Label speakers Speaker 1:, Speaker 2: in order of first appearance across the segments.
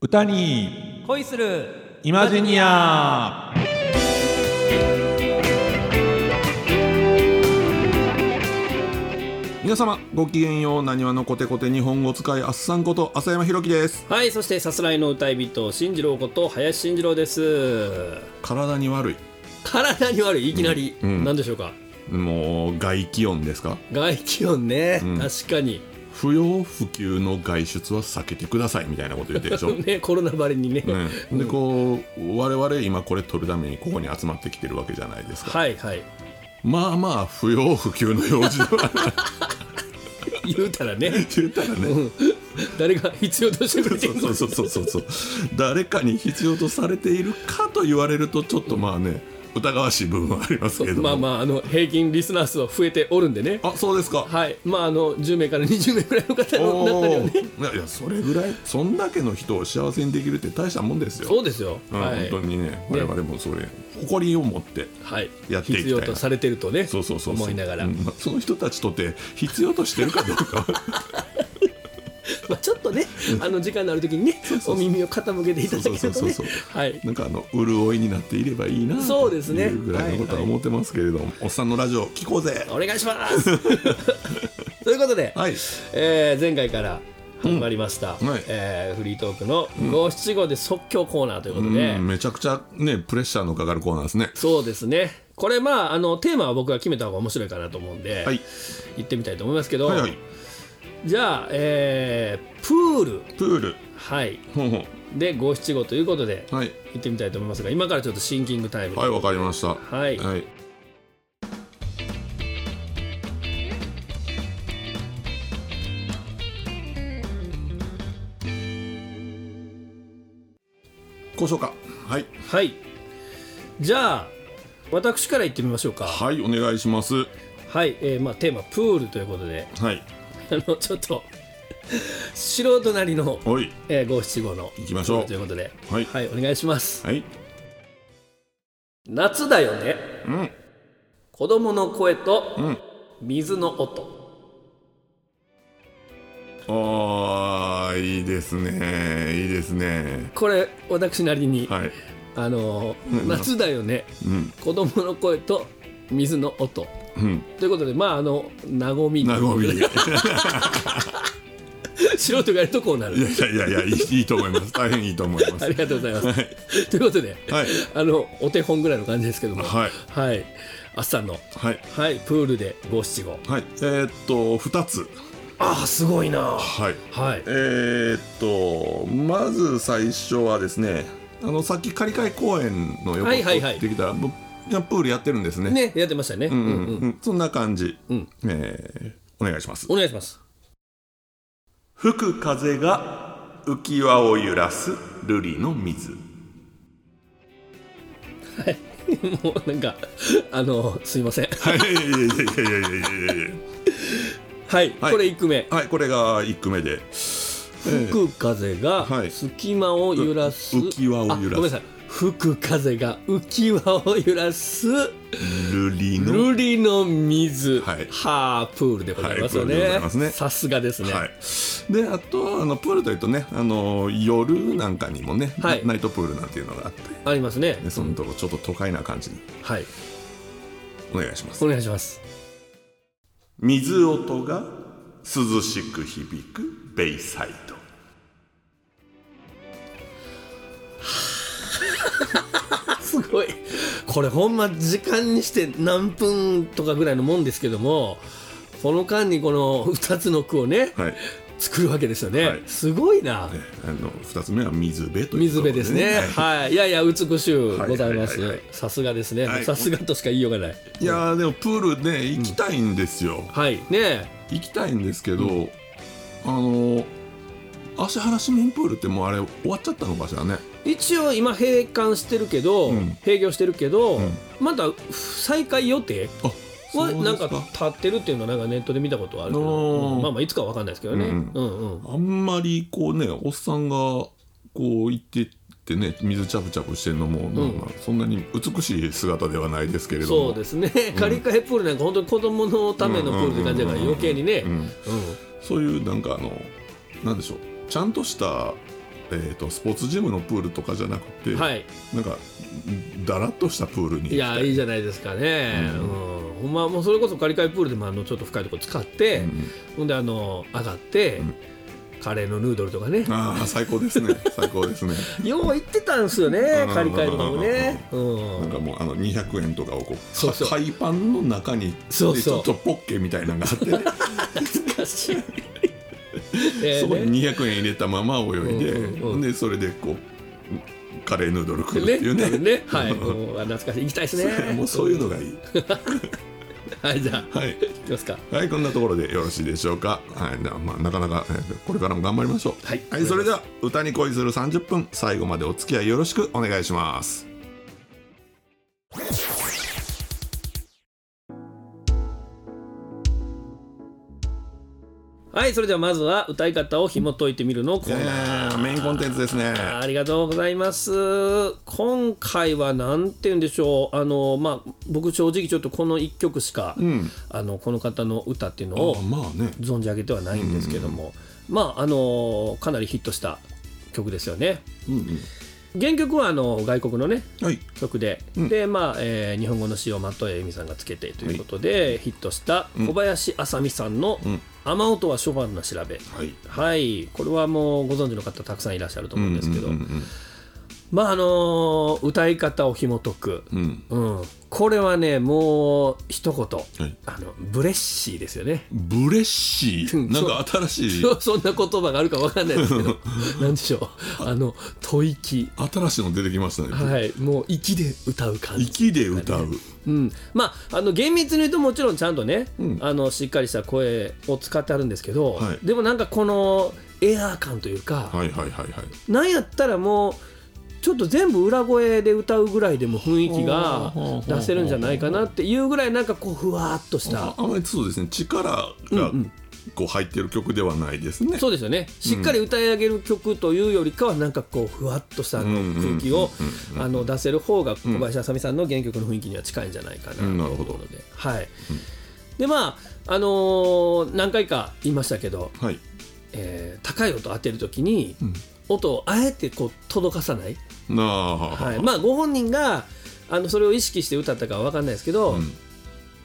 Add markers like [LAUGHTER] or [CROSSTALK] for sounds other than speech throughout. Speaker 1: 歌に
Speaker 2: 恋する
Speaker 1: イマジニア皆様ごきげんようなにわのコテコテ日本語使いあっさんこと浅山ひろきです
Speaker 2: はいそしてさすらいの歌い人進次郎こと林進次郎です
Speaker 1: 体に悪い
Speaker 2: 体に悪いいきなり、
Speaker 1: うんうん
Speaker 2: なんでしょうか
Speaker 1: もう外気温ですか
Speaker 2: 外気温ね、
Speaker 1: ん
Speaker 2: 確かに
Speaker 1: 不要不急の外出は避けてくださいみたいなこと言ってる [LAUGHS] でしょ、ね
Speaker 2: ねコロナばりにね、
Speaker 1: でこう我々今これ撮るためにここに集まってきてるわけじゃないですか、
Speaker 2: はいはい
Speaker 1: まあまあ不要不急の用事は
Speaker 2: 言うたらね
Speaker 1: 言ったらね
Speaker 2: 誰が必要としてくれてる
Speaker 1: [LAUGHS] そうそうそうそうそう誰かに必要とされているかと言われるとちょっとまあね疑わしい部分はありますけど
Speaker 2: まあまああの平均リスナー数は増えておるんでね
Speaker 1: あそうですか
Speaker 2: はいまああの10名から20名ぐらいの方の中ではね
Speaker 1: ーいやいやそれぐらいそんだけの人を幸せにできるって大したもんですよ、
Speaker 2: そうですよ、
Speaker 1: うん
Speaker 2: はい、
Speaker 1: 本当にね我々もそれ誇りを持って
Speaker 2: はい、
Speaker 1: やっていきたい
Speaker 2: 必
Speaker 1: な
Speaker 2: 要とされてるとね
Speaker 1: そうそうそうそう
Speaker 2: 思いながら、
Speaker 1: うんまあその人たちとて必要としてるかどう
Speaker 2: [LAUGHS]
Speaker 1: かは
Speaker 2: ま [LAUGHS] あ、ちょっとねあの時間のある時にね
Speaker 1: そうそう
Speaker 2: お耳を傾けていただけ
Speaker 1: そ
Speaker 2: る
Speaker 1: う
Speaker 2: と
Speaker 1: そう
Speaker 2: ね
Speaker 1: そうそう
Speaker 2: はい
Speaker 1: なんかあの潤いになっていればいいな
Speaker 2: そうですね
Speaker 1: というぐらいのことは思ってますけれども、おっさんのラジオ聞こうぜ
Speaker 2: お願いします
Speaker 1: [LAUGHS]
Speaker 2: ということで、
Speaker 1: はい
Speaker 2: えー前回から始まりました、
Speaker 1: うんはい
Speaker 2: えーフリートークの五七五で即興コーナーということで、
Speaker 1: うん、めちゃくちゃねプレッシャーのかかるコーナーですね
Speaker 2: そうですねこれまああのテーマは僕が決めた方が面白いかなと思うんで、
Speaker 1: はい
Speaker 2: 行ってみたいと思いますけど、
Speaker 1: はいはい
Speaker 2: じゃあ、えープール
Speaker 1: プール
Speaker 2: はい
Speaker 1: ほんほ
Speaker 2: で五七五ということで
Speaker 1: んはい
Speaker 2: 行ってみたいと思いますが今からちょっとシンキングタイムで
Speaker 1: はいわかりましたは
Speaker 2: はい、
Speaker 1: はい、交渉かはい
Speaker 2: はい。じゃあ、私から言ってみましょうか。は
Speaker 1: はいお願いします
Speaker 2: い。えーまあ、テーマ、プールということで、
Speaker 1: はい
Speaker 2: あの、ちょっと、素人なりの、
Speaker 1: おい
Speaker 2: えー、五七五の、
Speaker 1: 行きましょう
Speaker 2: ということで、
Speaker 1: はい
Speaker 2: お願いします。
Speaker 1: はい
Speaker 2: 夏だよね。
Speaker 1: うん
Speaker 2: 子供の声と、
Speaker 1: うん
Speaker 2: 水の音。
Speaker 1: あーいいですねいいですね
Speaker 2: これ、私なりに、
Speaker 1: はい
Speaker 2: あのー、
Speaker 1: うん
Speaker 2: 夏だよね。
Speaker 1: うん
Speaker 2: 子供の声と、水の音。
Speaker 1: うん
Speaker 2: ということで、まあ、あの、和み。
Speaker 1: なごみいや
Speaker 2: 素人がやるとこうなる。
Speaker 1: いやいやいやいいいいと思います大変いいと思います
Speaker 2: あ
Speaker 1: は
Speaker 2: りがとうございます。ということで、
Speaker 1: い
Speaker 2: あのお手本ぐらいの感じですけども、
Speaker 1: はい
Speaker 2: はい、あっさんの、
Speaker 1: はい
Speaker 2: はい、プールで五七五。
Speaker 1: はい、えーっと2つ
Speaker 2: ああ、すごいな。
Speaker 1: はい
Speaker 2: はい
Speaker 1: え、ーっとまず最初はですねあのさっき仮会公園の横
Speaker 2: は
Speaker 1: 通
Speaker 2: いはいはい
Speaker 1: ってきたら、ぼプールやってるんですね
Speaker 2: ね、やってましたね。う
Speaker 1: うん
Speaker 2: ん
Speaker 1: う
Speaker 2: うんん、
Speaker 1: うんそんな感じ、
Speaker 2: うん
Speaker 1: えーお願いします
Speaker 2: お願いします。 [LAUGHS]
Speaker 1: 吹く風が浮き輪を揺らす瑠璃の水
Speaker 2: もうなんか、あの、すいません。
Speaker 1: はいいやいやいやいやいやいやいや
Speaker 2: はい、
Speaker 1: はい
Speaker 2: これ一句目。
Speaker 1: はいこれが1句目で
Speaker 2: 吹く風が
Speaker 1: はい
Speaker 2: 隙間を揺らす。
Speaker 1: う浮き輪を揺らす
Speaker 2: あごめんなさい。吹く風が浮き輪を揺らす。
Speaker 1: 瑠璃の
Speaker 2: 瑠璃の水。
Speaker 1: はい
Speaker 2: はあ、プールでございますよ
Speaker 1: はいプールでござ
Speaker 2: ね
Speaker 1: います。ね
Speaker 2: さすがですね。
Speaker 1: はい、であとはあのプールというとねあの夜なんかにもね、
Speaker 2: はい
Speaker 1: ナイトプールなんていうのがあって、
Speaker 2: ありますね
Speaker 1: ね、。そのとこちょっと都会な感じに
Speaker 2: はい。
Speaker 1: お願いします
Speaker 2: お願いします。
Speaker 1: 水音が涼しく響くベイサイド
Speaker 2: すごいこれほんま時間にして何分とかぐらいのもんですけどもこの間にこの2つの句をね
Speaker 1: はい、
Speaker 2: 作るわけですよね、
Speaker 1: はい
Speaker 2: すごいな
Speaker 1: えあの2つ目は水辺という
Speaker 2: 水
Speaker 1: ところ
Speaker 2: 辺ですね
Speaker 1: はい
Speaker 2: はい、い、やいや美しゅうございま
Speaker 1: はいはいはい
Speaker 2: す
Speaker 1: はい
Speaker 2: さすがですね
Speaker 1: はい
Speaker 2: さすがとしか言いようがない
Speaker 1: いやーでもプールね行きたいんですよ、
Speaker 2: はいねえ
Speaker 1: 行きたいんですけど、あの芦原市民プールってもうあれ終わっちゃったのかしらね
Speaker 2: 一応今閉館してるけど、
Speaker 1: うん
Speaker 2: 閉業してるけど、
Speaker 1: うん
Speaker 2: まだ再開予定
Speaker 1: あ
Speaker 2: は
Speaker 1: そうで
Speaker 2: なん
Speaker 1: す
Speaker 2: か立ってるっていうのはなんかネットで見たことはあるけど、
Speaker 1: おー
Speaker 2: うんまあまあいつかは分かんないですけどね、
Speaker 1: うん
Speaker 2: うんうん、
Speaker 1: あんまりこうねおっさんがこう行ってってね水ちゃぶちゃぶしてるのも、
Speaker 2: ん
Speaker 1: なんかそんなに美しい姿ではないですけれども
Speaker 2: そうですね、借り換えプールなんか本当に子供のためのプールって感じだから
Speaker 1: うんうんうんうん
Speaker 2: 余計にね、
Speaker 1: うんそういうなんかあのなんでしょうちゃんとしたえー、とスポーツジムのプールとかじゃなくて、
Speaker 2: はい
Speaker 1: なんかだらっとしたプールに行
Speaker 2: い
Speaker 1: きた
Speaker 2: や
Speaker 1: い
Speaker 2: いいじゃないですかね、
Speaker 1: う
Speaker 2: うんほんまもうそれこそ借り換えプールでもあのちょっと深いところ使って、
Speaker 1: うん
Speaker 2: ほんであの上がって、
Speaker 1: うん
Speaker 2: カレーのヌードルとかね
Speaker 1: ああ最高です
Speaker 2: [LAUGHS]
Speaker 1: ね最高ですね
Speaker 2: よう行ってたんですよね
Speaker 1: うん
Speaker 2: 借り換えとかもね、う
Speaker 1: なん
Speaker 2: ん、
Speaker 1: かもうあの200円とかをこう
Speaker 2: そうそう
Speaker 1: 海パンの中に
Speaker 2: そう
Speaker 1: でち
Speaker 2: そ
Speaker 1: ょ
Speaker 2: う
Speaker 1: っとポッケみたいなのがあって、ね、
Speaker 2: 懐かしいえ
Speaker 1: そこ
Speaker 2: ーね
Speaker 1: に200円入れたまま泳いで、
Speaker 2: うんうんうん
Speaker 1: でそれでこうカレーヌードル食うって
Speaker 2: ね
Speaker 1: いうね
Speaker 2: ねねはい、もうあ懐かしい行きたいですね
Speaker 1: [LAUGHS] もうそういうのがいい
Speaker 2: はいじゃあ
Speaker 1: はい
Speaker 2: 行きますか
Speaker 1: はい、こんなところでよろしいでしょうか。はい、なまあ、なかなか、えーこれからも頑張りましょう。
Speaker 2: はい
Speaker 1: それでは、歌に恋する30分、最後までお付き合いよろしくお願いします。
Speaker 2: はいそれではまずは歌い方を紐解いてみるのコーナー、
Speaker 1: えーメインコンテンツですね。
Speaker 2: ありがとうございます。今回はなんて言うんでしょう。あのまあ僕正直ちょっとこの一曲しか、
Speaker 1: うん。
Speaker 2: あのこの方の歌っていうの
Speaker 1: あ
Speaker 2: を
Speaker 1: まあね。
Speaker 2: 存じ上げてはないんですけども、まああのかなりヒットした曲ですよね。
Speaker 1: うん
Speaker 2: 原曲はあの外国のね
Speaker 1: うん。はい。
Speaker 2: 曲で、
Speaker 1: うん
Speaker 2: でまあ、えー日本語の詩を的江由美さんがつけてということで、ヒットした小林あさみさんの
Speaker 1: うん。
Speaker 2: 「雨音はショパンの調べ」
Speaker 1: はい。
Speaker 2: はいこれはもうご存知の方たくさんいらっしゃると思うんですけど。
Speaker 1: うんうん
Speaker 2: まああの歌い方を紐解く、
Speaker 1: うんうん。
Speaker 2: うん、これはねもう一言
Speaker 1: はい。
Speaker 2: あのブレッシーですよね
Speaker 1: ブレッシ
Speaker 2: [LAUGHS] うん
Speaker 1: ー。なんか新しい、
Speaker 2: そ [LAUGHS] そんな言葉があるかわかんないですけど [LAUGHS] なんでしょうあの吐息
Speaker 1: 新しいの出てきましたね。
Speaker 2: はいもう息で歌う感じ、
Speaker 1: 息で歌う。
Speaker 2: うん、まああの厳密に言うともちろんちゃんとね、
Speaker 1: うん
Speaker 2: あのしっかりした声を使ってあるんですけど、
Speaker 1: はい
Speaker 2: でもなんかこのエアー感というか、
Speaker 1: はいはいはいはい。
Speaker 2: なんやったらもうちょっと全部裏声で歌うぐらいでも雰囲気が出せるんじゃないかなっていうぐらいなんかこうふわーっとした
Speaker 1: ああまりそうですね。力が
Speaker 2: うんうん
Speaker 1: こう入ってる曲ではないですね。
Speaker 2: そうですよねしっかり歌い上げる曲というよりかはなんかこうふわっとしたあの空気を
Speaker 1: うんうんうんうん
Speaker 2: あの出せる方が小林あさみさんの原曲の雰囲気には近いんじゃないかなと
Speaker 1: うんな
Speaker 2: 思
Speaker 1: る
Speaker 2: う
Speaker 1: ほど
Speaker 2: ので、はい、でまああのー何回か言いましたけど、
Speaker 1: はい。
Speaker 2: えー高い音当てる時に
Speaker 1: うん
Speaker 2: 音をあえてこう届かさない
Speaker 1: なあ、は
Speaker 2: はい、まあご本人があのそれを意識して歌ったかは分かんないですけど、
Speaker 1: うん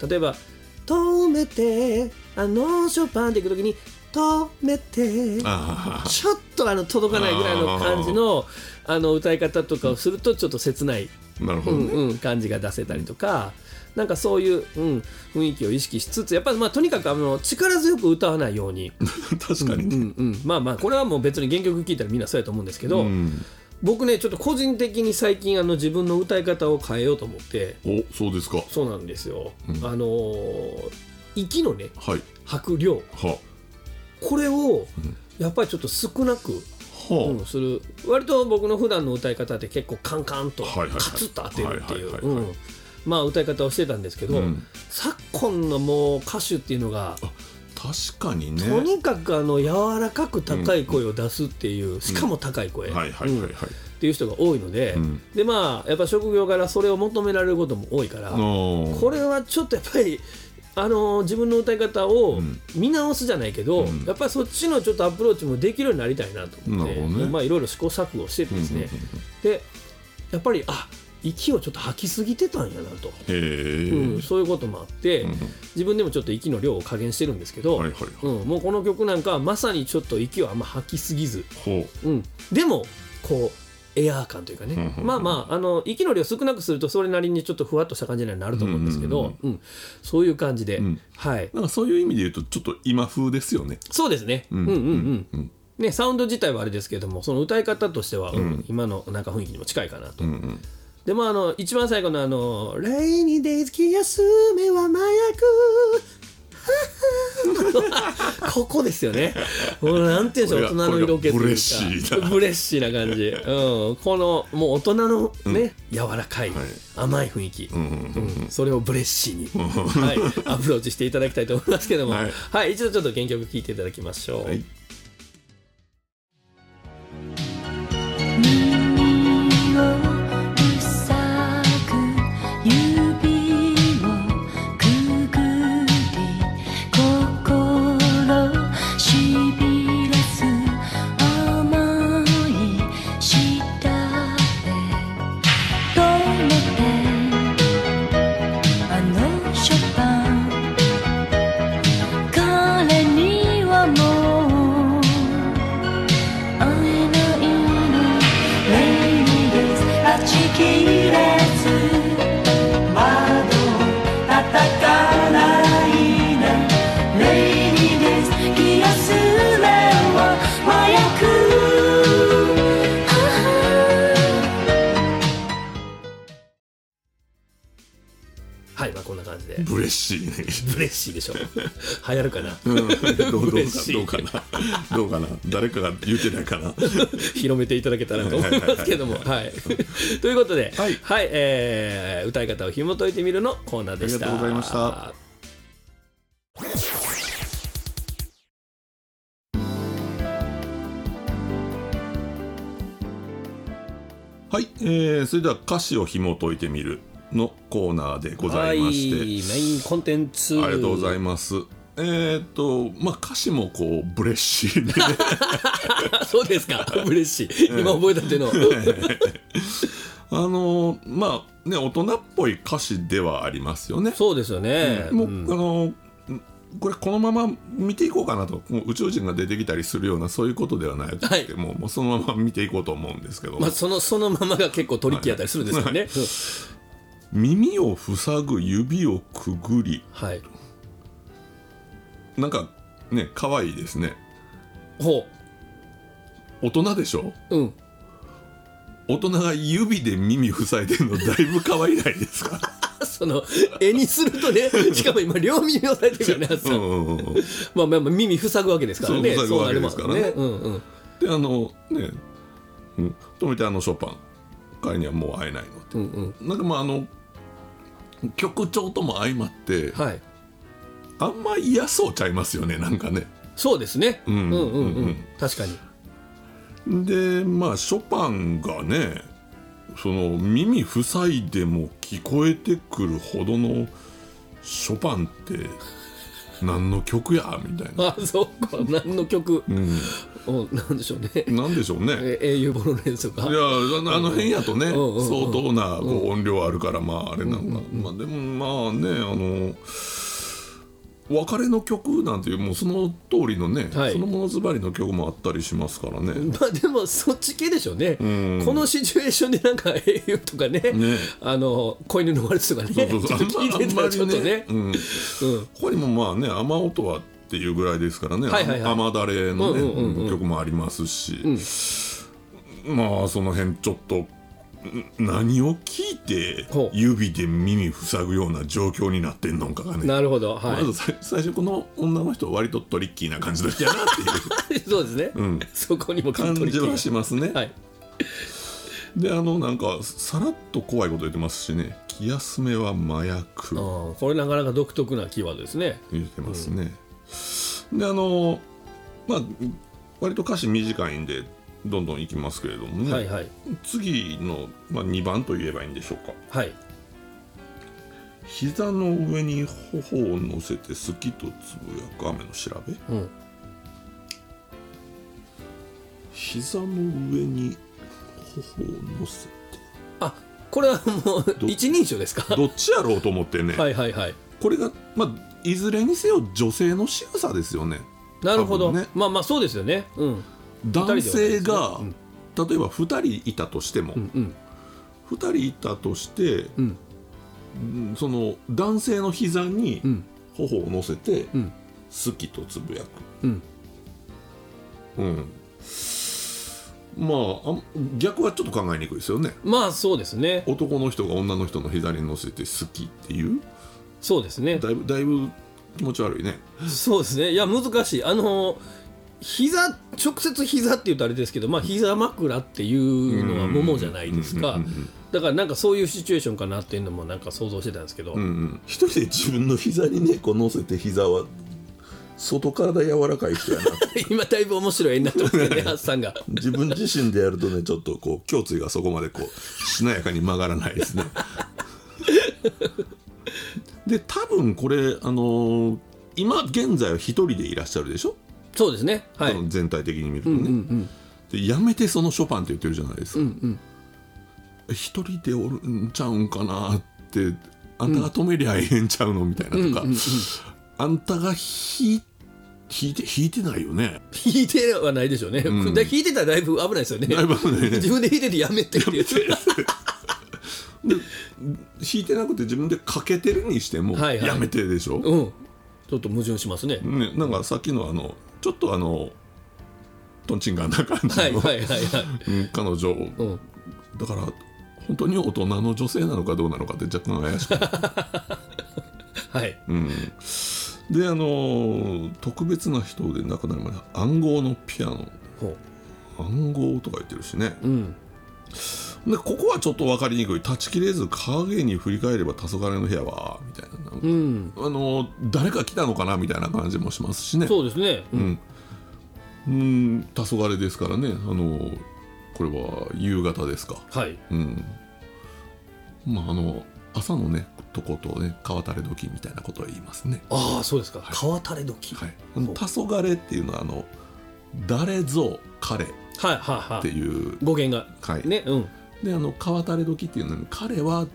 Speaker 2: 例えば「止めてあのショパン」っていく時に「止めて」
Speaker 1: あ
Speaker 2: ちょっとあの届かないぐらいの感じのあの歌い方とかをするとちょっと切ない、
Speaker 1: あ、なるほ
Speaker 2: う
Speaker 1: ど
Speaker 2: ん
Speaker 1: ね。
Speaker 2: うん、感じが出せたりとか。なんかそういう、うん、雰囲気を意識しつつやっぱりまあとにかくあの力強く歌わないように、
Speaker 1: [LAUGHS] 確かに
Speaker 2: う
Speaker 1: ね。
Speaker 2: んうん、まあまあこれはもう別に原曲聴いたらみんなそうやと思うんですけど、
Speaker 1: うん
Speaker 2: 僕ねちょっと個人的に最近あの自分の歌い方を変えようと思って
Speaker 1: お、そうですか。
Speaker 2: そうなんですよ、
Speaker 1: うん
Speaker 2: あのー息のね
Speaker 1: はい。
Speaker 2: 吐く量
Speaker 1: は。
Speaker 2: これを
Speaker 1: うん
Speaker 2: やっぱりちょっと少なく、う
Speaker 1: は
Speaker 2: んする割と僕の普段の歌い方って結構カンカンと
Speaker 1: はいはいはい
Speaker 2: カツッと当てるって
Speaker 1: はい
Speaker 2: いう
Speaker 1: はいはいはい
Speaker 2: うんまあ歌い方をしてたんですけ
Speaker 1: あ。
Speaker 2: ど、
Speaker 1: うん
Speaker 2: 昨今のもう歌手っていうのが
Speaker 1: 確かにね。
Speaker 2: とにかくあの柔らかく高い声を出すっていう、しかも高い声、
Speaker 1: はいはい
Speaker 2: うん
Speaker 1: はいはい。
Speaker 2: っていう人が多いので、
Speaker 1: うん
Speaker 2: でまあやっぱ職業からそれを求められることも多いから、
Speaker 1: の
Speaker 2: これはちょっとやっぱり、あのー自分の歌い方を
Speaker 1: うん
Speaker 2: 見直すじゃないけど、
Speaker 1: うん
Speaker 2: やっぱりそっちのちょっとアプローチもできるようになりたいなと思って、
Speaker 1: なるほどね
Speaker 2: まあ、いろいろ試行錯誤しててですね、でやっぱりあ息をちょっと吐きすぎてたんやなと、
Speaker 1: へえ。
Speaker 2: うん、そういうこともあって、
Speaker 1: うん
Speaker 2: 自分でもちょっと息の量を加減してるんですけど、
Speaker 1: はいはいはい。
Speaker 2: うん、もうこの曲なんかはまさにちょっと息をあんま吐きすぎず、
Speaker 1: ほ
Speaker 2: うん、でもこうエアー感というかね、
Speaker 1: うんうん
Speaker 2: まあまああの息の量少なくするとそれなりにちょっとふわっとした感じにはなると思うんですけど、
Speaker 1: うん
Speaker 2: う
Speaker 1: うん
Speaker 2: そういう感じで、
Speaker 1: う。うん。
Speaker 2: はい
Speaker 1: なんかそういう意味で言うとちょっと今風ですよね。
Speaker 2: そうですね、うん、うんうん
Speaker 1: うん
Speaker 2: ねサウンド自体はあれですけどもその歌い方としては、うん
Speaker 1: うん
Speaker 2: 今のなんか雰囲気にも近いかなと、
Speaker 1: うんうん。
Speaker 2: でもあの一番最後のあの「レイニーデイズ気休めは麻薬」 [LAUGHS] ここですよね。もうなんていうんでしょう、
Speaker 1: これ
Speaker 2: 大人
Speaker 1: が
Speaker 2: の色気というか。
Speaker 1: これがブレッシーな
Speaker 2: ブレッシーな感じ。うん、この、もう大人のね、柔らかい、
Speaker 1: はい
Speaker 2: 甘い雰囲気。
Speaker 1: うんうんうん
Speaker 2: うんそれをブレッシーに、はい、アプローチしていただきたいと思いますけども、は
Speaker 1: はいい、
Speaker 2: 一度ちょっと原曲聴いていただきましょう。
Speaker 1: はい。
Speaker 3: 耳を塞ぐ指をくぐり心しびれす甘い
Speaker 2: で
Speaker 1: ブレッシーね
Speaker 2: ブレッシーでしょ流行るかな
Speaker 1: うんどうどう
Speaker 2: ブレッシー
Speaker 1: どうかなどうかな誰かが言ってないかな
Speaker 2: 広めていただけたらと思いますけども。はい、という [LAUGHS] ことで、は
Speaker 1: はいい
Speaker 2: えー歌い方を紐解いてみるのコーナーでした。
Speaker 1: ありがとうございましたはい、えー、それでは歌詞を紐解いてみるのコーナーでございまして、
Speaker 2: はい、メインコンテンツ。
Speaker 1: ありがとうござい
Speaker 2: ま
Speaker 1: ます。えーっと、まあ、歌詞もこう、ブレッシーで、 [LAUGHS]
Speaker 2: す。 [LAUGHS] そうですか。嬉しい。今覚えたっていうの。
Speaker 1: あのーまあ、ね、大人っぽい歌詞ではありますよね。
Speaker 2: そうですよね。
Speaker 1: もう、
Speaker 2: うん
Speaker 1: あのーこれこのまま見ていこうかなともう宇宙人が出てきたりするようなそういうことではないと、
Speaker 2: はい
Speaker 1: もうもうそのまま見ていこうと思うんですけど、
Speaker 2: まあ、そのそのままが結構トリッキーだったりするんですよね。
Speaker 1: 耳を塞ぐ指をくぐり
Speaker 2: はい。
Speaker 1: なんかね可愛いですね
Speaker 2: ほ
Speaker 1: 大人でしょ
Speaker 2: う。うん。 [LAUGHS]
Speaker 1: 大人が指で耳塞いでるのだいぶ可愛いないですか
Speaker 2: その絵にする
Speaker 1: [LAUGHS]
Speaker 2: とね、しかも今両耳を押さえてるからね。
Speaker 1: うんうんうんうん
Speaker 2: まあまあまあ耳塞ぐわけですからね。
Speaker 1: そう塞ぐわけ
Speaker 2: り
Speaker 1: で
Speaker 2: ますす
Speaker 1: か
Speaker 2: からら
Speaker 1: ね
Speaker 2: ね。うんうん。
Speaker 1: であのね、うん、止めてあのショパン彼にはもう会えないのって
Speaker 2: うんうん。
Speaker 1: なんかまああの曲調とも相まって、
Speaker 2: はい。
Speaker 1: あんま嫌そうちゃいますよねなんかね
Speaker 2: そうですね。う
Speaker 1: うんん
Speaker 2: うんうん、
Speaker 1: うんうん
Speaker 2: 確かに。
Speaker 1: でまあショパンがねその耳塞いでも聞こえてくるほどのショパンって何の曲やみたいな、
Speaker 2: あ、そうか。何の曲、
Speaker 1: う
Speaker 2: うん、なんでしょうね。
Speaker 1: [LAUGHS] ん、なんでしょうね
Speaker 2: え英雄ボロネーズと
Speaker 1: い
Speaker 2: か
Speaker 1: や。ああの辺やとね、
Speaker 2: うんうん
Speaker 1: 相当なこう音量あるからまああれなのか、まあ、でもまあねあの別れの曲なんていうもうその通りのね、
Speaker 2: はい
Speaker 1: そのものズバリの曲もあったりしますからね。
Speaker 2: まあでもそっち系でしょうね。
Speaker 1: ん
Speaker 2: このシチュエーションでなんか英雄とかね、
Speaker 1: ね
Speaker 2: あの子犬のワルツとかね、
Speaker 1: そうそう
Speaker 2: [LAUGHS] ち
Speaker 1: そ
Speaker 2: ょ
Speaker 1: う
Speaker 2: っと聞いてたらちょっとね。
Speaker 1: うん、こ
Speaker 2: うん
Speaker 1: こにもまあね「雨音は」っていうぐらいですからね「
Speaker 2: はいはいはい
Speaker 1: 雨だれ」のね、
Speaker 2: うんうんうんうん
Speaker 1: 曲もありますし、まあその辺ちょっと。ん何を聞いて
Speaker 2: ほう
Speaker 1: 指で耳塞ぐような状況になってんのかがね
Speaker 2: なるほど、は
Speaker 1: まず最最初この女の人割とトリッキーな感じだったなっていう
Speaker 2: い、そうですね、 [LAUGHS]
Speaker 1: うん
Speaker 2: そこにも
Speaker 1: 感じはしますね、
Speaker 2: はい、
Speaker 1: であのなんかさらっと怖いこと言ってますしね「気休めは麻薬
Speaker 2: あ」ーこれなかなか独特なキーワードですね。
Speaker 1: 言ってますね、であのまあ割と歌詞短いんでどんどんいきますけれどもね、
Speaker 2: はいはい
Speaker 1: 次の、まあ、2番と言えばいいんでしょうか
Speaker 2: はい。
Speaker 1: 「膝の上に頬を乗せて好きとつぶやく雨の調べ」
Speaker 2: うん。
Speaker 1: 膝の上に頬を乗せて
Speaker 2: あ、これはもう
Speaker 1: ど
Speaker 2: 一人称ですか。
Speaker 1: どっちやろうと思ってね、
Speaker 2: はいはいはい。
Speaker 1: これが、まあ、いずれにせよ女性の仕草ですよね
Speaker 2: なるほど、
Speaker 1: 多分ね
Speaker 2: まあまあそうですよね。うん。
Speaker 1: 男性
Speaker 2: 二人では
Speaker 1: が、
Speaker 2: ないで
Speaker 1: 例えば2人いたとしても、
Speaker 2: うんうん
Speaker 1: 2人いたとして、
Speaker 2: うん
Speaker 1: うんその男性の膝に
Speaker 2: うん
Speaker 1: 頬を乗せて、
Speaker 2: うん
Speaker 1: 好きとつぶや
Speaker 2: うん。
Speaker 1: く、うん、まああん逆はちょっと考えにくいですよね
Speaker 2: まあそうですね。
Speaker 1: 男の人が女の人の膝に乗せて好きっていう
Speaker 2: そうですね。
Speaker 1: だいぶだいぶ気持ち悪いね
Speaker 2: そうですね。いや難しい。あの膝直接膝って言うとあれですけど、まあ膝枕っていうのはももじゃないですか
Speaker 1: うんうんうんうん。
Speaker 2: だからなんかそういうシチュエーションかなっていうのもなんか想像してたんですけど、
Speaker 1: うんうん一人で自分の膝にねこう乗せて膝は外体柔らかい人やな
Speaker 2: [LAUGHS] 今だいぶ面白い絵になってますよ
Speaker 1: [LAUGHS]
Speaker 2: ね、ハッさんが。
Speaker 1: 自分自身でやるとねちょっとこう胸椎がそこまでこうしなやかに曲がらないですねで多分これあのー今現在は一人でいらっしゃるでしょ、
Speaker 2: そうですね。はい。
Speaker 1: 多
Speaker 2: うん
Speaker 1: 分全体的に見ると
Speaker 2: う
Speaker 1: ね、
Speaker 2: ん
Speaker 1: でやめてそのショパンって言ってるじゃないです
Speaker 2: うんう
Speaker 1: か、
Speaker 2: んうん。
Speaker 1: 一人でおるんちゃうんかなってあんたが止めりゃええんちゃうのみたいなとか、
Speaker 2: うんうんうん
Speaker 1: あんたが引い引いて引いてないよね
Speaker 2: 引いてはないでしょうね、
Speaker 1: ん
Speaker 2: だ引いてたらだいぶ危ないですよね
Speaker 1: だいぶ危ないね
Speaker 2: 自分で引いててやめてっていう
Speaker 1: 引いてなくて自分で欠けてるにしても
Speaker 2: はいはい
Speaker 1: やめてでしょ、
Speaker 2: うんちょっと矛盾しますね、
Speaker 1: ね、なんかさっきのあのちょっとあのとんちんかんな感じ
Speaker 2: はい
Speaker 1: の、
Speaker 2: はいはいはい、
Speaker 1: うん彼女
Speaker 2: うん、
Speaker 1: だ
Speaker 2: [LAUGHS]
Speaker 1: から本当に大人の女性なのかどうなのかって若干怪しく
Speaker 2: はい
Speaker 1: うん、であの特別な人で亡くなるまで暗号のピアノ
Speaker 2: ほ
Speaker 1: 暗号とか言ってるしね
Speaker 2: ううん
Speaker 1: でここはちょっと分かりにくい断ち切れず影に振り返れば黄昏の部屋はみたいな、
Speaker 2: うん
Speaker 1: あの誰か来たのかなみたいな感じもしますしね
Speaker 2: そうですね、うん
Speaker 1: うん、うん、黄昏ですからねあのこれは夕方ですか
Speaker 2: はい
Speaker 1: うんまああの朝のねとことね川垂れ時みたいなことを言いますね
Speaker 2: ああそうですか、川垂れ時
Speaker 1: は
Speaker 2: はい
Speaker 1: いあの黄昏っていうのはあの誰ぞ彼っ
Speaker 2: はいはい
Speaker 1: ていう
Speaker 2: 語源が、
Speaker 1: はい
Speaker 2: ねうん
Speaker 1: であの川垂れ時っていうのに彼は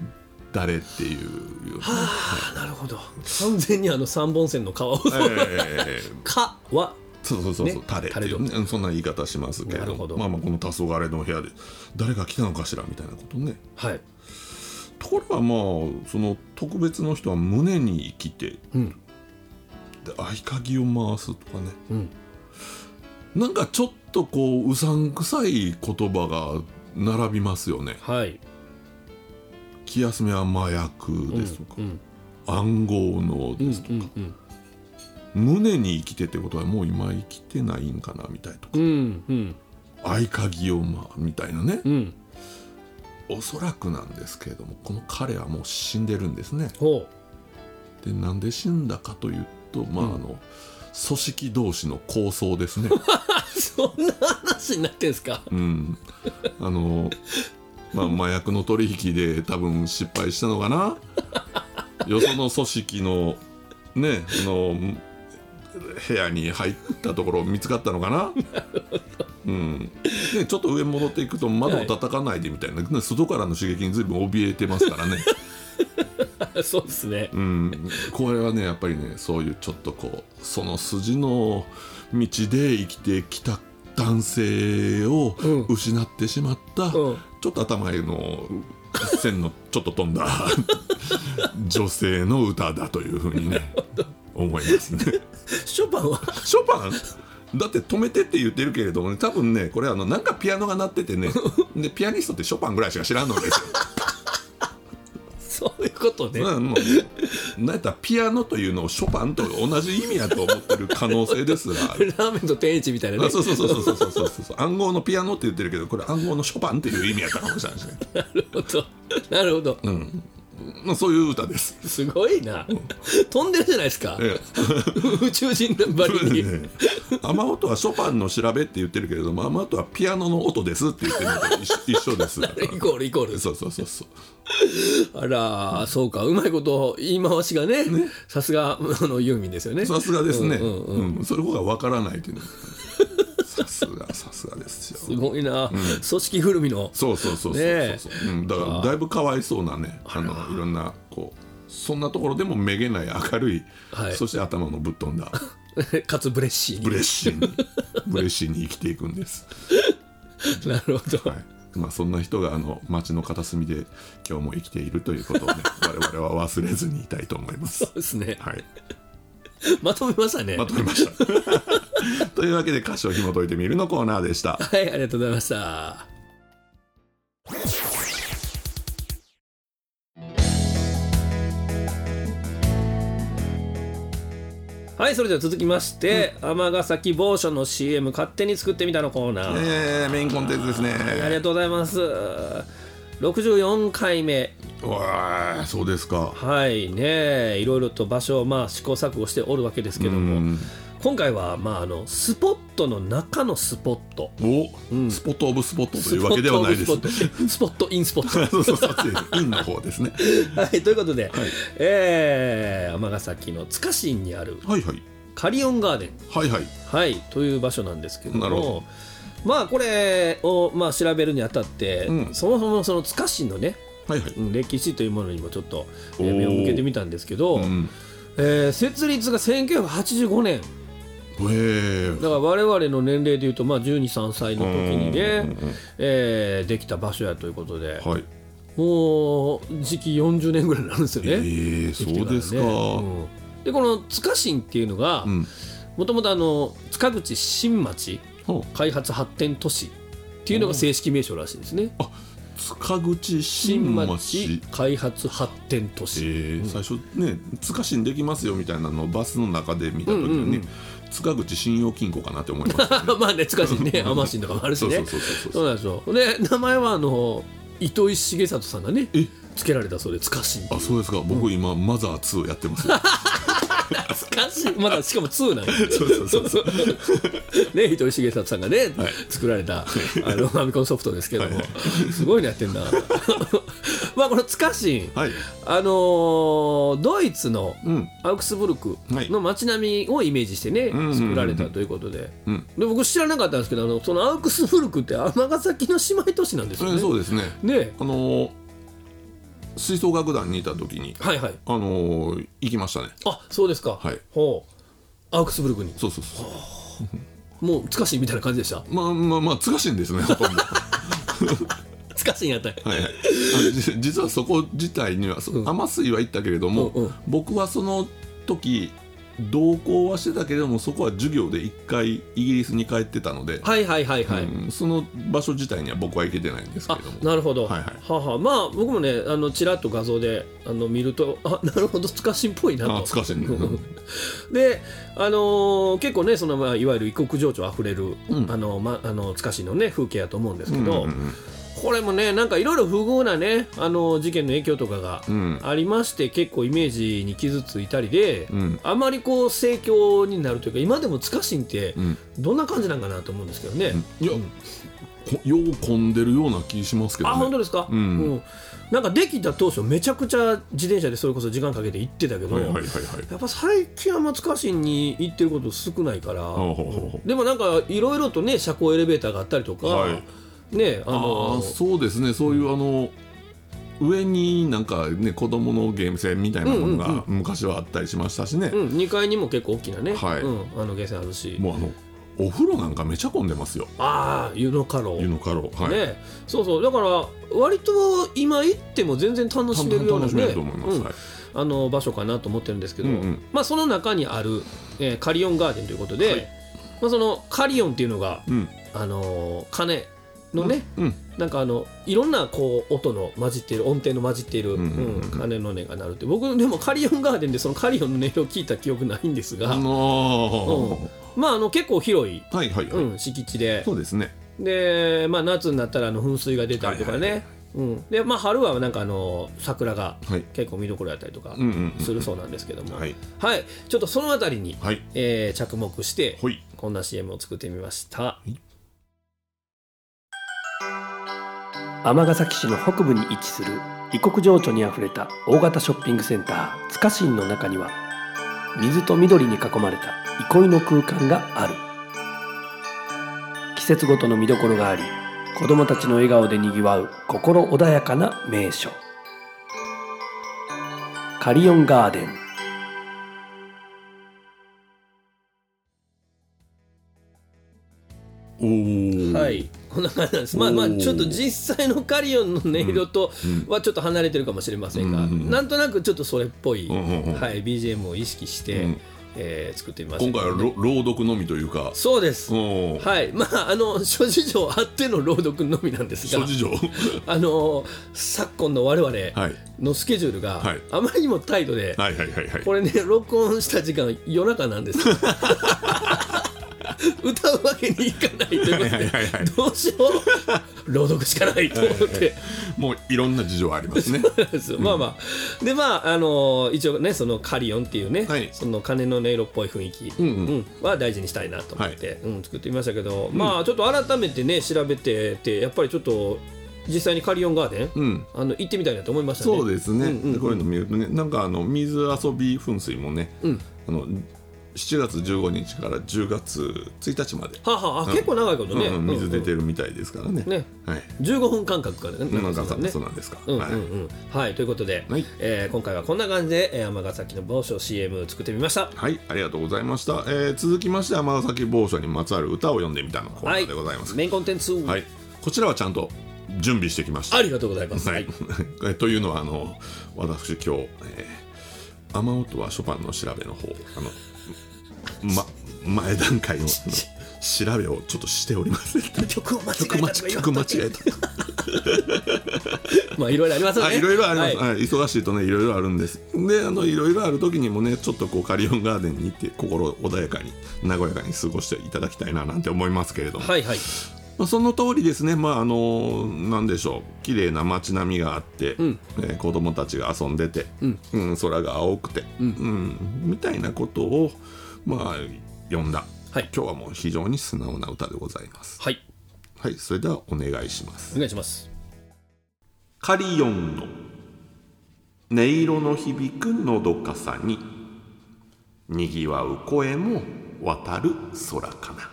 Speaker 1: 誰っていうようなね
Speaker 2: ああなるほど完全にあの三本線の川を
Speaker 1: はいえー
Speaker 2: かは
Speaker 1: そうそうそうそう、
Speaker 2: ね
Speaker 1: タレっていう、ね、そんな言い方しますけれ
Speaker 2: な
Speaker 1: ど
Speaker 2: るほど
Speaker 1: まあまあこの黄昏の部屋で誰が来たのかしらみたいなことね
Speaker 2: はい
Speaker 1: ところがまあその特別の人は胸に生きてで
Speaker 2: うん
Speaker 1: 合鍵を回すとかね
Speaker 2: うん
Speaker 1: なんかちょっとこううさんくさい言葉が並びますよね
Speaker 2: はい
Speaker 1: 「気休めは麻薬」ですとか「
Speaker 2: うん
Speaker 1: 暗号の」
Speaker 2: うんう
Speaker 1: ですとか、
Speaker 2: んうん
Speaker 1: 胸に生きてってことはもう今生きてないんかなみたいとか
Speaker 2: うんうん
Speaker 1: 「合鍵をまあ」みたいなね
Speaker 2: うん
Speaker 1: おそらくなんですけれどもこの彼はもう死んでるんですね
Speaker 2: ほ
Speaker 1: でなんで死んだかというとまああ
Speaker 2: うん
Speaker 1: の、組織同士の抗争ですね、
Speaker 2: うそんな話になってんすか [LAUGHS]
Speaker 1: うん、あのまあ麻薬の取引で多分失敗したのかなよその組織のねあの部屋に入ったところ見つかったのかなうんね、ちょっと上戻っていくと窓を叩かないでみたいな、ね外からの刺激に随分怯えてますからね
Speaker 2: そうですね
Speaker 1: うん、これはねやっぱりねそういうちょっとこうその筋の道で生きてきた男性を
Speaker 2: うん
Speaker 1: 失ってしまった、
Speaker 2: うん
Speaker 1: ちょっと頭への線のちょっと飛んだ
Speaker 2: [LAUGHS]
Speaker 1: 女性の歌だというふうにね思いますね。
Speaker 2: ショパ
Speaker 1: [LAUGHS]
Speaker 2: ンは
Speaker 1: ショパンだって止めてって言ってるけれどもね多分ねこれあのなんかピアノが鳴っててねでピアニストってショパンぐらいしか知らんのですよ。
Speaker 2: そういうことね、
Speaker 1: うん、もうなんやったらピアノというのをショパンと同じ意味やと思ってる可能性
Speaker 2: [LAUGHS]
Speaker 1: ですが
Speaker 2: ラーメンと天一みたいなね
Speaker 1: あそうそうそうそうそうそうそうそう暗号のピアノって言ってるけどこれ暗号のショパンっていう意味やったかもしれないですね、
Speaker 2: なるほどなるほど、
Speaker 1: まあ、そういう歌です
Speaker 2: すごいな、飛んでるじゃないですか、
Speaker 1: ええ
Speaker 2: 宇宙人のバ
Speaker 1: そう [LAUGHS]
Speaker 2: リ
Speaker 1: で
Speaker 2: に、
Speaker 1: すね雨音はショパンの調べって言ってるけれども雨音はピアノの音ですって言ってるのと一緒一緒
Speaker 2: [LAUGHS]
Speaker 1: ですだから
Speaker 2: イコールイコール
Speaker 1: そうそうそうそう
Speaker 2: あらそうかうまいこと言い回しがねさすがあのユーミンですよね
Speaker 1: さすがですね、う
Speaker 2: うんんうん
Speaker 1: それこがわからないというのさすがさすがですよ
Speaker 2: すごいな、組織ぐるみの [LAUGHS]
Speaker 1: そうそうそうそうそうそう、うん、だからだいぶかわいそうなねあのいろんなこうそんなところでもめげない明るい、
Speaker 2: はい
Speaker 1: そして頭のぶっ飛んだ
Speaker 2: かつブレッシー
Speaker 1: ブレッシ
Speaker 2: [LAUGHS]
Speaker 1: ーにブレッシーに生きていくんです、
Speaker 2: になるほど、
Speaker 1: はいまあ、そんな人があの街の片隅で今日も生きているということ
Speaker 2: [LAUGHS]
Speaker 1: をね我々は忘れずにいたいと思います
Speaker 2: そうですね
Speaker 1: はい
Speaker 2: まとめましたね、
Speaker 1: まとめました
Speaker 2: [LAUGHS]
Speaker 1: というわけで歌詞を紐解いてみるのコーナーでした
Speaker 2: はいありがとうございましたはいそれでは続きまして尼、崎某所の CM 勝手に作ってみたのコーナー、
Speaker 1: えー、メインコンテンツですね
Speaker 2: ありがとうございます。64回目。
Speaker 1: うわーそうですか
Speaker 2: はいね、いろいろと場所をまあ試行錯誤しておるわけですけども、
Speaker 1: うん
Speaker 2: 今回はまああのスポットの中のスポット。
Speaker 1: お、
Speaker 2: ん
Speaker 1: スポットオブスポットというわけではない
Speaker 2: [LAUGHS]
Speaker 1: です。
Speaker 2: スポットスポットインスポット。
Speaker 1: [LAUGHS] そうそうそう、インの方ですね。
Speaker 2: はい、ということで、えー尼崎の塚新にある
Speaker 1: はいはい。
Speaker 2: カリオンガーデン、
Speaker 1: はいはい。
Speaker 2: はい、という場所なんですけど
Speaker 1: なるほど
Speaker 2: も。まあこれをまあ調べるにあたって、
Speaker 1: うん
Speaker 2: そもそもその塚新のね
Speaker 1: はいはい。
Speaker 2: うん歴史というものにもちょっとえ
Speaker 1: お
Speaker 2: ー
Speaker 1: ー
Speaker 2: 目を向けてみたんですけど、
Speaker 1: うん、
Speaker 2: えー設立が1985年
Speaker 1: へ
Speaker 2: だから我々の年齢でいうと、まあ、123歳の時に
Speaker 1: う
Speaker 2: ね
Speaker 1: んうんうん、
Speaker 2: えーできた場所やということで、
Speaker 1: え。はい。
Speaker 2: もう時期40年ぐらいになるんですよ
Speaker 1: え
Speaker 2: ね。
Speaker 1: え
Speaker 2: 生きて
Speaker 1: そ
Speaker 2: ら
Speaker 1: う
Speaker 2: ね
Speaker 1: ですか。
Speaker 2: うんでこの塚新っていうのが
Speaker 1: うん。
Speaker 2: もともと塚口新町
Speaker 1: ほう
Speaker 2: 開発発展都市っていうのが正式名称らしいですね。
Speaker 1: 塚口新
Speaker 2: 新
Speaker 1: 町
Speaker 2: 町開発発展都市、
Speaker 1: えー最初ね「塚新できますよ」みたいなのをバスの中で見た時
Speaker 2: うんうん
Speaker 1: に、ね
Speaker 2: うん、
Speaker 1: 塚口信用金庫かなって思いました、ね
Speaker 2: [LAUGHS] [LAUGHS] まあね塚市ね網走とかもあるし
Speaker 1: そうそ
Speaker 2: ね
Speaker 1: うそうそう
Speaker 2: そうなんですよで名前はあの糸井重里さんがね
Speaker 1: え
Speaker 2: つけられたそうで塚市
Speaker 1: あそうですか僕今、マザー2やってます
Speaker 2: [LAUGHS] 塚市まだしかも2なんで
Speaker 1: そうそうそうそう
Speaker 2: [LAUGHS] ね、糸井重里さんがね、
Speaker 1: はい
Speaker 2: 作られたあのファミコンソフトですけども、すごいのやってんな [LAUGHS] まあこのつかしん
Speaker 1: はい
Speaker 2: あのードイツの
Speaker 1: うん
Speaker 2: アウクスブルクの街並みをイメージしてね、
Speaker 1: んうんうん
Speaker 2: 作られたということで,、
Speaker 1: うん
Speaker 2: で僕知らなかったんですけどあのそのアウクスブルクって尼崎の姉妹都市なんです
Speaker 1: そ
Speaker 2: よ
Speaker 1: れ
Speaker 2: ね。
Speaker 1: そうですね
Speaker 2: ね
Speaker 1: あのー吹奏楽団にいた時に
Speaker 2: はいはい
Speaker 1: あのー行きましたね
Speaker 2: あそうですか、
Speaker 1: はい
Speaker 2: ほうアウクスブルクに
Speaker 1: そうそうそう
Speaker 2: もうつかしんみたいな感じでした
Speaker 1: まあまあまあ塚新ですねほ
Speaker 2: [LAUGHS]
Speaker 1: とんどは
Speaker 2: つかしんやったんや
Speaker 1: い、はい、あのじ実はそこ自体にはそ
Speaker 2: うん
Speaker 1: 雨水は行ったけれども、
Speaker 2: うんうん
Speaker 1: 僕はその時同行はしてたけれどもそこは授業で一回イギリスに帰ってたので、
Speaker 2: はいはいはいはい、
Speaker 1: うんその場所自体には僕は行けてないんですけ
Speaker 2: あ
Speaker 1: れども
Speaker 2: なるほど、
Speaker 1: はい
Speaker 2: は
Speaker 1: は
Speaker 2: あはあまあ僕もねあのちらっと画像であの見るとあなるほどつかしんっぽいなと
Speaker 1: あ塚新ね
Speaker 2: うんであのー結構ねその、まあ、いわゆる異国情緒あふれる、
Speaker 1: うん
Speaker 2: あの、ま、あのつかしんのね風景やと思うんですけ
Speaker 1: うんうん
Speaker 2: ど、
Speaker 1: うん
Speaker 2: これもねなんかいろいろ不遇なねあの事件の影響とかが
Speaker 1: うん
Speaker 2: ありまして結構イメージに傷ついたりで、
Speaker 1: うん
Speaker 2: あまりこう盛況になるというか今でもつかしんって
Speaker 1: うん
Speaker 2: どんな感じなんかなと思うんですけどね、
Speaker 1: いや、こよう混んでるような気しますけど、ね、
Speaker 2: あ本当ですか、
Speaker 1: うん
Speaker 2: なんかできた当初めちゃくちゃ自転車でそれこそ時間かけて行ってたけど、
Speaker 1: はいはいはいはい
Speaker 2: やっぱ最近は松川市に行ってること少ないから、
Speaker 1: ほうほうほうほう
Speaker 2: でもなんかいろいろとね車高エレベーターがあったりとか、
Speaker 1: はい
Speaker 2: ねあ
Speaker 1: あ
Speaker 2: の
Speaker 1: あーそうですねそういうあの上になんかね子供のゲーム性みたいなもの
Speaker 2: うんうん
Speaker 1: が昔はあったりしましたしね、
Speaker 2: うん、2階にも結構大きなね、
Speaker 1: はい
Speaker 2: うん、あのゲーセンあるし
Speaker 1: もうあのお風呂なんかめちゃ混んでますよ
Speaker 2: ああ湯のカロ
Speaker 1: 湯の家老はい、
Speaker 2: ね、そうそうだから割と今行っても全然楽しめるような
Speaker 1: 楽しめ
Speaker 2: ね
Speaker 1: ると思います、
Speaker 2: うん
Speaker 1: はい
Speaker 2: あの場所かなと思ってるんですけど、
Speaker 1: うんうん
Speaker 2: まあ、その中にある、えーカリオンガーデンということで、
Speaker 1: はい
Speaker 2: まあ、そのカリオンっていうのが、
Speaker 1: うん
Speaker 2: あのー鐘のね、
Speaker 1: うん
Speaker 2: なんかあのいろんなこう音の混じっている音程の混じっている、う
Speaker 1: うんうんうん
Speaker 2: ん鐘の音が鳴るって僕でもカリオンガーデンでそのカリオンの音色を聞いた記憶ないんです
Speaker 1: あ
Speaker 2: が、
Speaker 1: のー
Speaker 2: まあ、あの結構広い、
Speaker 1: はいはいはい、
Speaker 2: うん、敷地で
Speaker 1: そうですね
Speaker 2: で、まあ、夏になったらあの噴水が出たりとか
Speaker 1: はいはい
Speaker 2: ね、うんでまあ、春はなんかあの桜が
Speaker 1: はい
Speaker 2: 結構見どころだったりとか
Speaker 1: うんうんうん
Speaker 2: するそうなんですけども、
Speaker 1: はい
Speaker 2: はい、ちょっとそのあたりに、
Speaker 1: はい
Speaker 2: えー着目して、
Speaker 1: ほい
Speaker 2: こんな CM を作ってみました。
Speaker 4: 尼崎市の北部に位置する異国情緒にあふれた大型ショッピングセンターつかしんの中には水と緑に囲まれた憩いの空間がある季節ごとの見どころがあり子どもたちの笑顔でにぎわう心穏やかな名所カリオンガーデン
Speaker 1: おー
Speaker 2: はい、こんな感じなんです。まあまあ
Speaker 1: おー
Speaker 2: ちょっと実際のカリオンの音色とはちょっと離れてるかもしれませんが、
Speaker 1: うんうん
Speaker 2: なんとなくちょっとそれっぽい、
Speaker 1: うんうんうん
Speaker 2: はい、BGM を意識して、
Speaker 1: うん
Speaker 2: えー作ってみました。
Speaker 1: 今回はろ朗読のみというか
Speaker 2: そうです。
Speaker 1: おー
Speaker 2: はい、まああの諸事情あっての朗読のみなんです
Speaker 1: 諸
Speaker 2: が、
Speaker 1: 事情
Speaker 2: あの昨今の我々
Speaker 1: はい
Speaker 2: のスケジュールが
Speaker 1: はい
Speaker 2: あまりにもタイトで、
Speaker 1: はいはいはいはい
Speaker 2: これね録音した時間夜中なんです
Speaker 1: [LAUGHS]
Speaker 2: 歌うわけにいかないということで、
Speaker 1: はいはいはいはい
Speaker 2: どうしよう朗読しかないと思って、
Speaker 1: もういろんな事情あります [LAUGHS] ね
Speaker 2: [LAUGHS] まあまあでまあ、あの一応ねそのカリオンっていうね、
Speaker 1: はい
Speaker 2: その鐘の音色っぽい雰囲気、
Speaker 1: うんうん
Speaker 2: は大事にしたいなと思って、うん、作ってみましたけど、まあちょっと改めてね調べててやっぱりちょっと実際にカリオンガーデン、
Speaker 1: うん
Speaker 2: あの行ってみたいなと思いましたね。
Speaker 1: そうですね、
Speaker 2: うんうんうん
Speaker 1: こういうの見るとねなんかあの水遊び噴水もね、
Speaker 2: うん
Speaker 1: あの7月15日から10月1日まで、
Speaker 2: はあはああ、
Speaker 1: うん
Speaker 2: 結構長いことね、
Speaker 1: うんうん水出て
Speaker 2: る、
Speaker 1: るみたいですからね、
Speaker 2: ね
Speaker 1: はい
Speaker 2: 15分間隔からね
Speaker 1: なんかさ
Speaker 2: ね
Speaker 1: そうなんですか、
Speaker 2: うんうん
Speaker 1: はい
Speaker 2: うんはいということで、
Speaker 1: はい
Speaker 2: えー今回はこんな感じでえー尼、崎の帽子を CM 作ってみました
Speaker 1: はい、ありがとうございました、えー続きまして尼崎某所にまつわる歌を読んでみたのコーナ
Speaker 2: は
Speaker 1: ーでございます、はい
Speaker 2: メインコンテンツ、
Speaker 1: こちらはちゃんと準備してきました
Speaker 2: ありがとうございます、
Speaker 1: はい、 [LAUGHS] えというのはあの私今日、えー雨音はショパンの調べの方あの、ま、前段 [LAUGHS] 階のあの調べをちょっとしております
Speaker 2: 曲を間違えたとか
Speaker 1: 曲間違
Speaker 2: 言わんと
Speaker 1: 曲間違えた
Speaker 2: まあいろいろありますよ
Speaker 1: あ
Speaker 2: ね
Speaker 1: いろいろあります、
Speaker 2: は
Speaker 1: はい忙しいとねいろいろあるんですであのいろいろある時にもねちょっとこうカリオンガーデンに行って心穏やかに和やかに過ごしていただきたいななんて思いますけれども、
Speaker 2: はいはい
Speaker 1: まあ、その通りですねまああのなんでしょう綺麗な街並みがあって、
Speaker 2: ん
Speaker 1: えー子供たちが遊んでて、
Speaker 2: うん
Speaker 1: うん空が青くて、うんみたいなことをまあ読んだ、
Speaker 2: はい
Speaker 1: 今日はもう非常に素直な歌でございます
Speaker 2: はい
Speaker 1: はいそれではお願いします
Speaker 2: お願いします
Speaker 1: カリオンの音色の響くのどかさににぎわう声も渡る空かな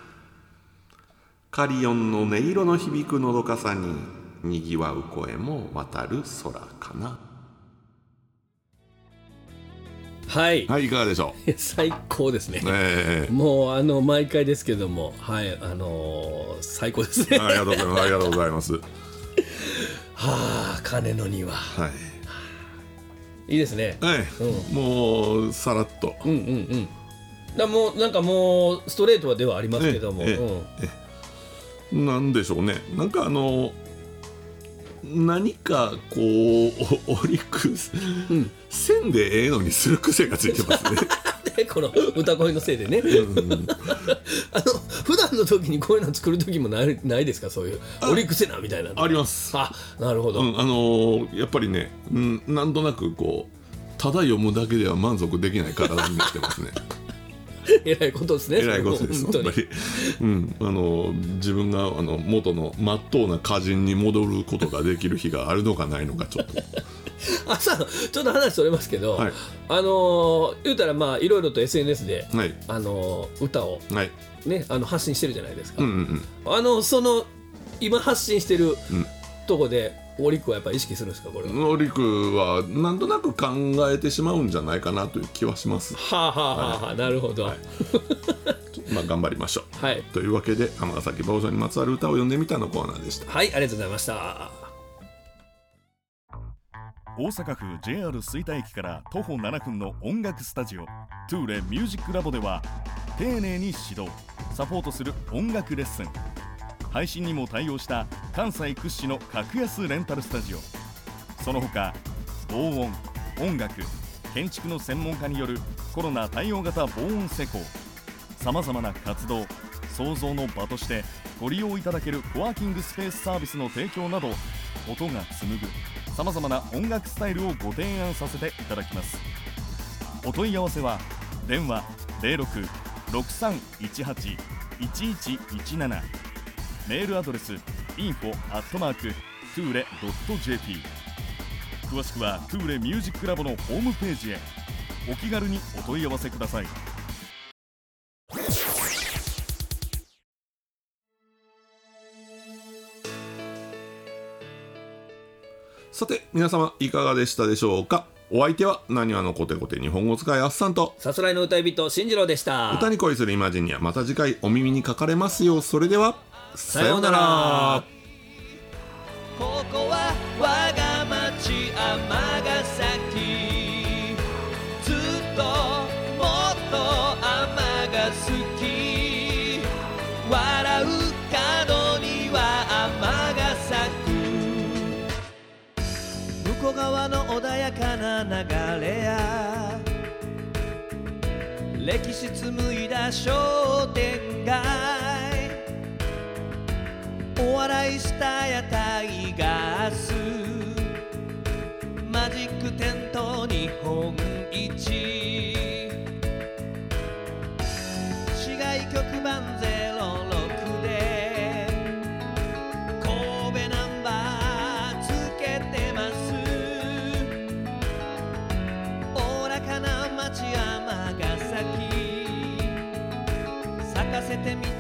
Speaker 1: カリオンの音色の響くのどかさににぎわう声も渡る空かな
Speaker 2: はい、
Speaker 1: はいいかがでしょ
Speaker 2: [LAUGHS] 最高ですね
Speaker 1: うえ
Speaker 2: もうあの毎回ですけどもはいあのー最高ですね
Speaker 1: えありがとうございますありがとうございますは
Speaker 2: はあ金の
Speaker 1: い
Speaker 2: 庭いいですね
Speaker 1: はい、もうさらっと
Speaker 2: うんうんうんだもうなんかもうストレートはではありますけども、
Speaker 1: ええ
Speaker 2: うん、
Speaker 1: なんでしょうねなんかあの何かこうお [LAUGHS] 折りくす、
Speaker 2: ん
Speaker 1: 線でええのにする癖がついてますね。
Speaker 2: でこの歌声のせいでね
Speaker 1: うん
Speaker 2: あの普段の時にこういうの作る時もないないですかそういう折り癖なみたいな
Speaker 1: あります。
Speaker 2: あなるほど、
Speaker 1: うん、あのやっぱりね、うん、なんとなくこうただ読むだけでは満足できない体になってますね。
Speaker 2: えらいことですね
Speaker 1: [LAUGHS] えらいことです
Speaker 2: そ
Speaker 1: 本
Speaker 2: れ
Speaker 1: 当
Speaker 2: も
Speaker 1: に
Speaker 2: 本当
Speaker 1: う
Speaker 2: に。
Speaker 1: ん、あの自分があの元の真っ当な歌人に戻ることができる日があるのかないのかちょっと。
Speaker 2: 朝ちょっと話それますけど、
Speaker 1: はい
Speaker 2: あのー言うたらまあいろいろと SNS で、
Speaker 1: はい
Speaker 2: あのー歌を
Speaker 1: はい。
Speaker 2: ねあの発信してるじゃないですか、
Speaker 1: うんうんうん。
Speaker 2: あのその今発信してる
Speaker 1: ん
Speaker 2: とこで、オリックはやっぱ意識するんですかこれは、
Speaker 1: ノリクはなんとなく考えてしまうんじゃないかなという気はします。
Speaker 2: はあはあはあはあ、なるほどは
Speaker 1: はい
Speaker 2: い、
Speaker 1: まあ頑張りましょう。
Speaker 2: はい
Speaker 1: というわけで尼崎坊主にまつわる歌を読んでみたのコーナーでした。
Speaker 2: ありがとうございました
Speaker 5: 大阪府 JR 吹田駅から徒歩7分の音楽スタジオトゥーレミュージックラボでは丁寧に指導サポートする音楽レッスン配信にも対応した関西屈指の格安レンタルスタジオその他防音音楽建築の専門家によるコロナ対応型防音施工さまざまな活動創造の場としてご利用いただけるコワーキングスペースサービスの提供など音が紡ぐさまざまな音楽スタイルをご提案させていただきますお問い合わせは電話0663181117メールアドレス info t o o l e j p 詳しくはトゥーレミュージックラボのホームページへお気軽にお問い合わせください
Speaker 1: さて皆様いかがでしたでしょうか。お相手は何わのコテコテ日本語使いあっさんと
Speaker 2: さすらいの歌い人進次郎でした
Speaker 1: 歌に恋するイマジンにはまた次回お耳にかかれますようそれではさ
Speaker 2: ようなら
Speaker 6: ここは我が町尼崎ずっともっと尼が好き笑う角には尼が咲く向こう側の穏やかな流れや歴史紡いだ商店街お笑いした屋台ガスマジックテント日本一市外局番06で神戸ナンバーつけてますおおらかな町尼崎咲かせてみ